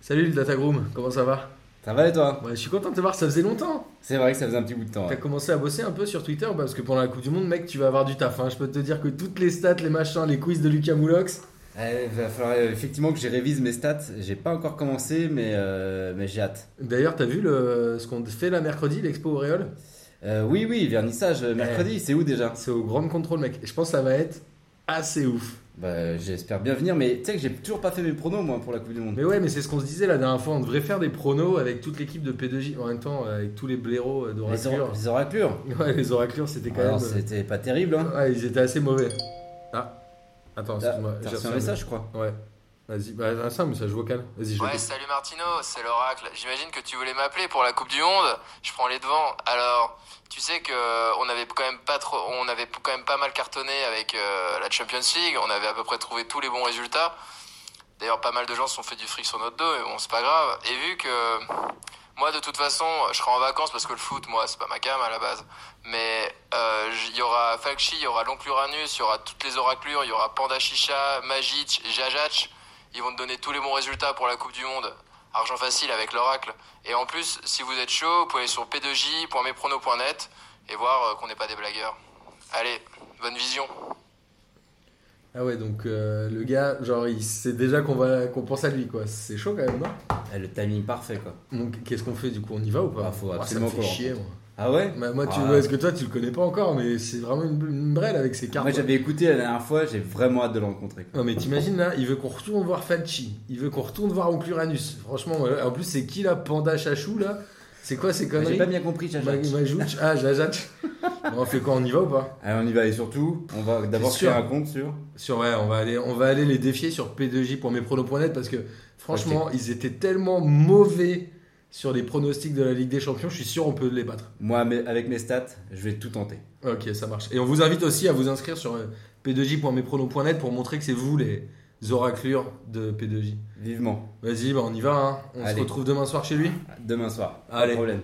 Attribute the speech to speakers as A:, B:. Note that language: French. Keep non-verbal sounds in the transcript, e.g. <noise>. A: Salut le Datagroom, comment ça va
B: Ça va et toi
A: Ouais, Je suis content de te voir, ça faisait longtemps.
B: C'est vrai que ça faisait un petit bout de temps. hein.
A: T'as
B: ouais.
A: commencé à bosser un peu sur Twitter bah, parce que pendant la Coupe du Monde, mec, tu vas avoir du taf. hein. Je peux te dire que toutes les stats, les machins, les quiz de Lucas Moulox.
B: Eh, Il va falloir euh, effectivement que je révise mes stats. J'ai pas encore commencé, mais, euh, mais j'ai hâte.
A: D'ailleurs, t'as vu le, ce qu'on fait là mercredi, l'expo Auréole
B: Euh, oui, oui, vernissage euh, mercredi, c'est où déjà
A: C'est au Grand Contrôle, mec. Je pense que ça va être assez ouf.
B: bah, J'espère bien venir, mais tu sais que j'ai toujours pas fait mes pronos moi pour la Coupe du Monde.
A: Mais ouais, mais c'est ce qu'on se disait la dernière fois. On devrait faire des pronos avec toute l'équipe de P2J en même temps, avec tous les blaireaux
B: les,
A: d'Oraclure.
B: or- les oraclures
A: Ouais, les Oraclures, c'était quand
B: Alors,
A: même. euh,
B: c'était pas terrible. Hein.
A: Ouais, ils étaient assez mauvais. Ah, attends,
B: Ah,
A: excuse-moi.
B: T'as
A: j'ai
B: reçu un
A: reçu
B: message, je crois.
A: Ouais. Vas-y, bah, ça, mais ça joue au calme. Vas-y, je
C: Ouais, salut Martino, c'est l'oracle. J'imagine que tu voulais m'appeler pour la Coupe du Monde. Je prends les devants. Alors, tu sais que euh, on avait quand même pas trop, on avait quand même pas mal cartonné avec euh, la Champions League. On avait à peu près trouvé tous les bons résultats. D'ailleurs, pas mal de gens se sont fait du fric sur notre dos, mais bon, c'est pas grave. Et vu que moi, de toute façon, je serai en vacances parce que le foot, moi, c'est pas ma cam à la base. Mais euh, j- il y aura Falchi, il y aura l'oncle Uranus, il y aura toutes les oraclures, il y aura Panda Chicha, Magic, Jajac. Ils vont te donner tous les bons résultats pour la Coupe du Monde. Argent facile avec l'oracle. Et en plus, si vous êtes chaud, vous pouvez aller sur p2j.mespronos.net et voir euh, qu'on n'est pas des blagueurs. Allez, bonne vision.
A: Ah ouais, donc euh, le gars, genre, il sait déjà qu'on va, qu'on pense à lui, quoi. C'est chaud quand même, non
B: Eh, le timing parfait quoi.
A: Donc, qu'est-ce qu'on fait du coup On y va ou pas
B: Ah, faut
A: Ah,
B: absolument
A: Ça me
B: qu'on
A: fait chier, moi.
B: Ah ouais
A: Bah, moi, tu
B: Ah.
A: vois, parce que toi, tu le connais pas encore, mais c'est vraiment une, une brêle avec ses cartes.
B: Moi j'avais écouté la dernière fois, j'ai vraiment hâte de le rencontrer. quoi.
A: Non, mais t'imagines là, il veut qu'on retourne voir Falchi, il veut qu'on retourne voir Oncle Uranus. Franchement, moi, en plus, c'est qui là Panda Chachou là C'est quoi ces
B: Bah, J'ai
A: conneries
B: pas bien compris, Jaja.
A: Ma- Majouch Ah,
B: <laughs>
A: Jajach. Bon, on fait quoi On y va ou pas
B: Allez, on y va et surtout, on va d'abord
A: sûr
B: faire un compte sur.
A: Sur, ouais, on va aller, on va aller les défier sur p2j.mespronos.net parce que franchement, ils étaient tellement mauvais sur les pronostics de la Ligue des Champions, je suis sûr on peut les battre.
B: Moi, mais- avec mes stats, je vais tout tenter.
A: Ok, ça marche. Et on vous invite aussi à vous inscrire sur euh, p2j.mespronos.net pour montrer que c'est vous les oraclures de P2J.
B: Vivement.
A: Vas-y, bah on y va, hein. on se
B: Allez.
A: retrouve demain soir chez lui.
B: Demain soir. Pas de
A: Allez.
B: problème.